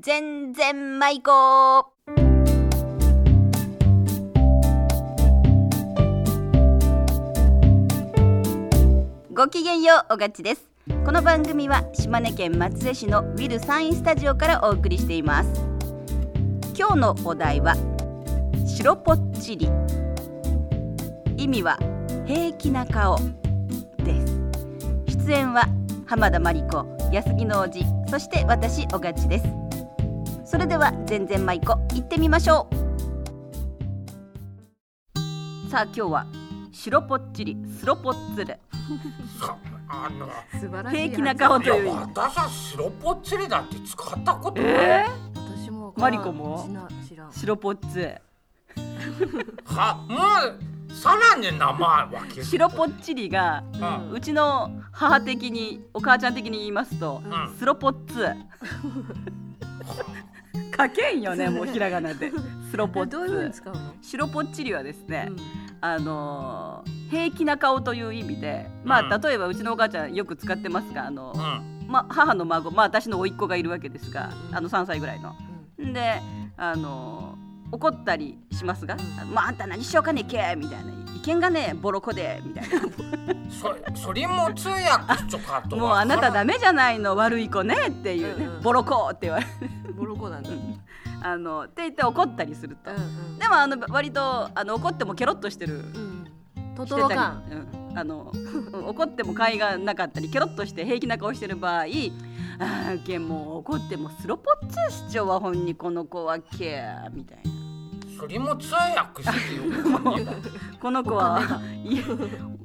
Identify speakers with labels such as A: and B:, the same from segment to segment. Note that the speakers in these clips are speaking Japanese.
A: 全然舞子ごきげんようおがっちですこの番組は島根県松江市のウィルサインスタジオからお送りしています今日のお題は白ぽっちり意味は平気な顔です出演は浜田真理子安木のおじそして私おがっちですそれでは全然舞子行ってみましょうさあ今日は白ぽっちりスロポッツル
B: さあの
C: 素晴らしい
A: 平気な顔
B: い
A: と
B: や
A: いう意味
B: 私は白ぽっちりだって使ったことない、
A: え
C: 私も
A: マリコも
C: 知らん知らん
A: 白ぽっつ
B: はもうさらに名前わけ
A: 白ぽっちりが
B: うん
A: うちの母的にお母ちゃん的に言いますと
B: うん
A: スロポッツ 書けんよねもうひらがなでスロポ
C: えどういう風
A: ッ
C: に
A: ツ
C: 使うの、
A: 白ぽっちりはですね、
C: うん
A: あのー平気な顔という意味でまあ
B: うん
A: 例えばうちのお母ちゃんよく使ってますがあの、
B: うん
A: ま、母の孫まあ私の甥っ子がいるわけですが
C: うん
A: あの3歳ぐらいの。
C: うん
A: んであの怒ったりしますが「まあ、あんた何しようかねえけ」みたいな「意見がねえボロコで」みたい な
B: そそれも通訳しちょか
A: 「
B: と
A: もうあなた
B: だ
A: ダメじゃないの悪い子ね」っていうね、
C: うんうん
A: ボロコ」って言われる
C: ボロコなんだ、うん
A: あのって言って怒ったりすると、
C: うん
A: でもあの割とあの怒ってもケロッとしてる
C: うん、ト
A: してた
C: トロ
A: り
C: 感、
A: うん、あの うん怒っても甲斐がなかったりケロッとして平気な顔してる場合あーけもう怒ってもスロポッチしちょわほんにこの子はけみたいな。
B: それも通訳してよかね
A: この子はいや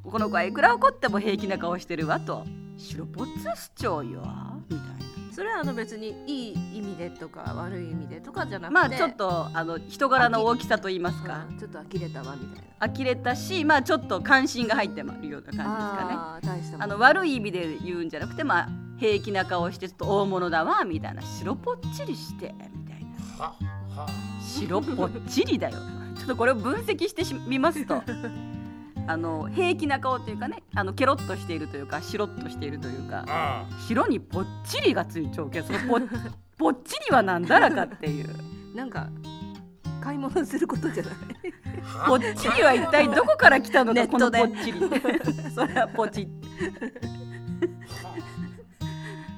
A: この子はいくら怒っても平気な顔してるわと白ポツ主張よみたい
C: それはあの別にいい意味でとか悪い意味でとかじゃな
A: な
C: く
A: ま
C: て
A: あちょっとあの人柄の大きさと言いますか
C: うんちょっと呆れたわみたいな
A: 呆れたしまあちょっと関心が入ってるような感じですかね
C: ああー大したもん
A: あの悪い意味で言うんじゃなくてまあ平気な顔してちょっと大物だわみたいな白ぽっちりしてみたいな
B: はは
A: 白ぽっちりだよちょっとこれを分析してみますとあの平気な顔というかねあのケロッとしているというかしろっとしているというか
B: あ
A: 白にぽっちりがついちゃうけどそのぽぽっちりはなんだらかっていう
C: なんか買い物することじゃない
B: は
A: ぽっちりは一体どこから来たの
C: ネ
A: か
C: ッ
A: こ
C: ト
A: の
C: で
A: ぽっちりそれはポチ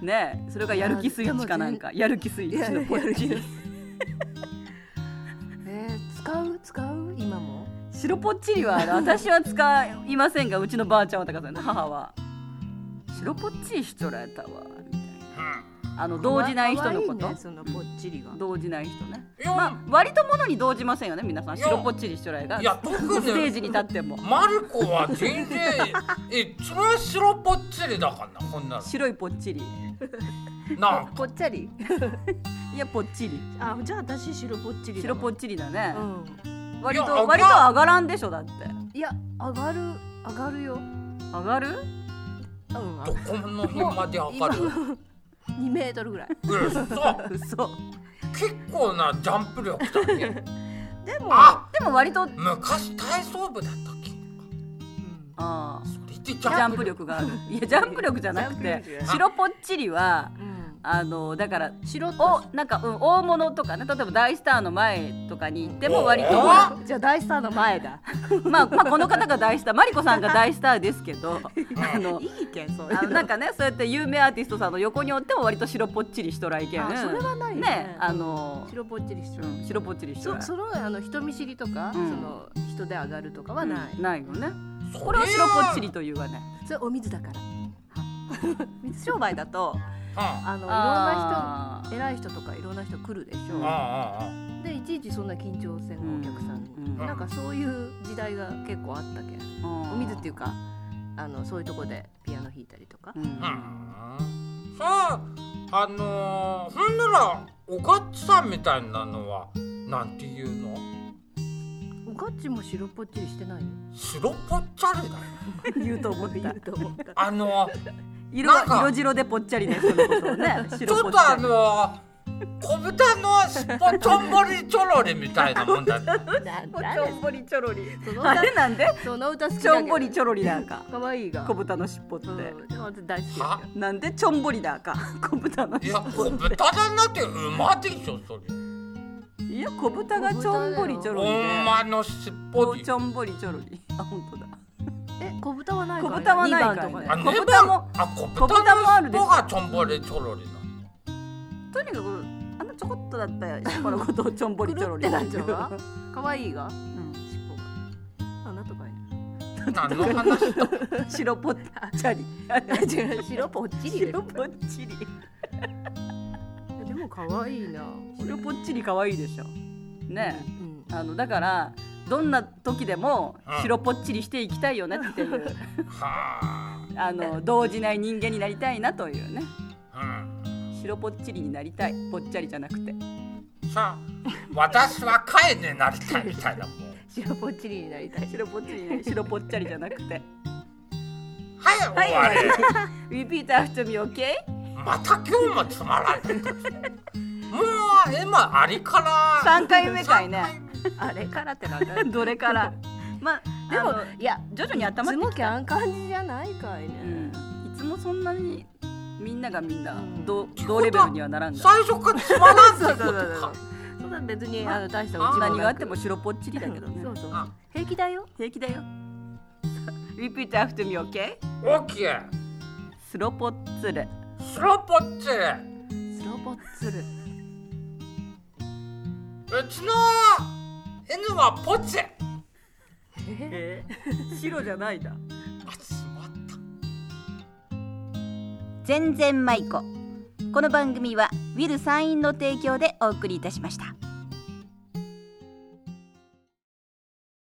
A: ねえそれがやる気スイッチかなんかやる気スイッチのぽっち
C: い
A: り
C: ややる えー、使う使う今も
A: 白ぽっちりはあの私は使いませんがうちのばあちゃんは高さんの母は白ぽっちりしとられたわみたい
B: うん
A: なあの動じない人のこ
C: か
A: と
C: わいいねそのぽっちりが
A: 動じない人ね
B: いや、
A: まあ割とものに動じませんよね皆さん
B: いや
A: 白ぽっちりしとられが
B: いや特
A: ステー
B: に
A: ジに立っても
B: マルコは全然えそれは白ぽっちりだからなこんな
A: 白いぽっちり
B: のなんか
C: ぽっちゃり
A: いやぽっちり
C: あじゃあ私白ぽっちりだ
A: 白
C: わ
A: ぽっちりだね、
C: うん
A: 割
B: いや
A: と割と上がらんでしょだって
C: いや上がる上がるよ
A: 上がる
C: うん
B: どこの辺まで上がる
C: 2メートルぐらい
B: うんそう
A: 嘘
B: 結構なジャンプ力 だね
C: でも
B: あ
A: でも割と
B: 昔体操部だったっけ
C: うん
A: あー
B: それでジ
A: ジャンプ力
B: 力
A: があるいやジャンプ力じゃなく
C: ジャン
A: て
C: プ力じゃない
A: 白ぽっちりは
C: うん
A: あのだから
C: 白っと
A: おなんか、うん、大物とかね例えば大スターの前とかに行っても割と
B: お
A: ま
C: じゃあ大スターの前だ
A: あ、まあ、この方が大スターマリコさんが大スターですけどあの
C: いいけんそういう
A: あのなんかねそうやって有名アーティストさんの横におっても割と白ぽっちりしとらいけん
C: あそれはないよね
A: ねあの、
C: 白ぽっちりしちゃ
A: う、
C: うん
A: 白ぽっちりしとら
C: そ
A: い
C: そのあの人見知りとか、
A: うん
C: その人で上がるとかはない、
A: うんないよねこ
B: こ
A: れを白ぽっちりというわね
C: それお水だから水商売だとあのいろん
A: あ
C: な
A: ー
C: 人偉い人とかいろんな人来るでし
B: うん
C: ょ、
B: あ
C: でいちいちそんな緊張せんのお客さんに、
A: うん
C: なんかそういう時代が結構あったけんお水っていうかあのそういうとこでピアノ弾いたりとか
A: うん
B: あああうんさああのー、ほんならおがっちさんみたいなのはなんていうの
C: おかっちも白っぽっちりしてないよ
B: 白ぽっちゃりだよ
A: 言うと思っ
C: 言
A: た
C: うと思った
B: あのー、
A: 色は
B: なんか
A: 色白でぽっちゃりな人のことをね
B: ち
A: 白
B: ょ
A: ぽ
B: っ
A: っ
B: とあ
A: ち
B: のー小豚の尻尾ちょんぼりちょろりみたいなも んだって
A: ちょんぼりちょろり
C: そ の
A: あ
C: 歌
A: れなんで
C: その歌好きだけ
A: ち
C: ど
A: ょんぼりちょろりだか
C: 可愛いが
A: 小豚の尻尾って、
C: うんでも私大好きだ
B: は
A: なんでちょんぼりだか 小豚の
B: い
A: 尻
B: や小豚だなって馬でしょそれ
A: 尾いや小豚がちょんぼりちょろりで
B: 馬の尻尾で
A: ちょんぼりちょろり あ本当だ
C: え小豚はないか
A: 小豚はないからね
C: 二番とか
B: あ
C: ね
A: 小豚
B: 猫だ
A: も
B: あ小
A: 小豚もあ
B: 豚
A: る
B: の
A: で
B: 尻
A: しょ
B: 尾がちょんぼりちょろりなの
A: とにかく あのちょこっとだったよ尻尾のことをちょんぼりちょろり
C: くる
A: だ
C: ってなっちゃうわ
A: う
C: 可愛いが
A: ん
C: 尻尾があなんとかいな
B: 何の話だ
A: 白ぽっちゃり
C: 違う白ぽっちりで
A: 白ぽっちり
C: でも可愛いな
A: 白ぽっちり可愛いでしょねえ
C: うん
A: あのだからどんな時でも
B: うん
A: 白ぽっちりしていきたいよねっていう、
B: は
A: あの動じない人間になりたいなというね
B: あ、
A: 白ぽっちりになりたいぽっちゃりじゃなくて
B: うん、さあ私は貝になりたいみたいなもん
C: 白ぽっちりになりたい
A: 白ぽっちり白ぽっちゃりじゃなく て
B: はい終わり、
A: Repeat after me, okay?
B: また今日もつまらないもう今ありから
A: 三回目かいね
C: あれからってなんだ
A: どれからまあで
C: でも
A: も
C: いや
A: 徐々に頭
C: つもきゃん感じじゃないかいね、
A: うんいつもそんなにみんながみんな
C: うん
A: 同同レベルにはならんが
B: 最初からつまらんって
C: そう
B: こ
C: そうそう
B: と
C: そう
B: か。
C: そうだ別にあの大したうちもなく
A: 何があっても白ぽっちりだけどね
C: そうそう
B: あ
C: 平気だよ
A: 平気だよ Repeat after me, okay?
B: オッケー
A: スロポッツレ
B: スロポッチう
C: スロボッツル
B: ちの犬はポチあ
C: え
A: え白じゃないだ
B: つまった
A: 全然舞子この番組はウィルサインの提供でお送りいたしました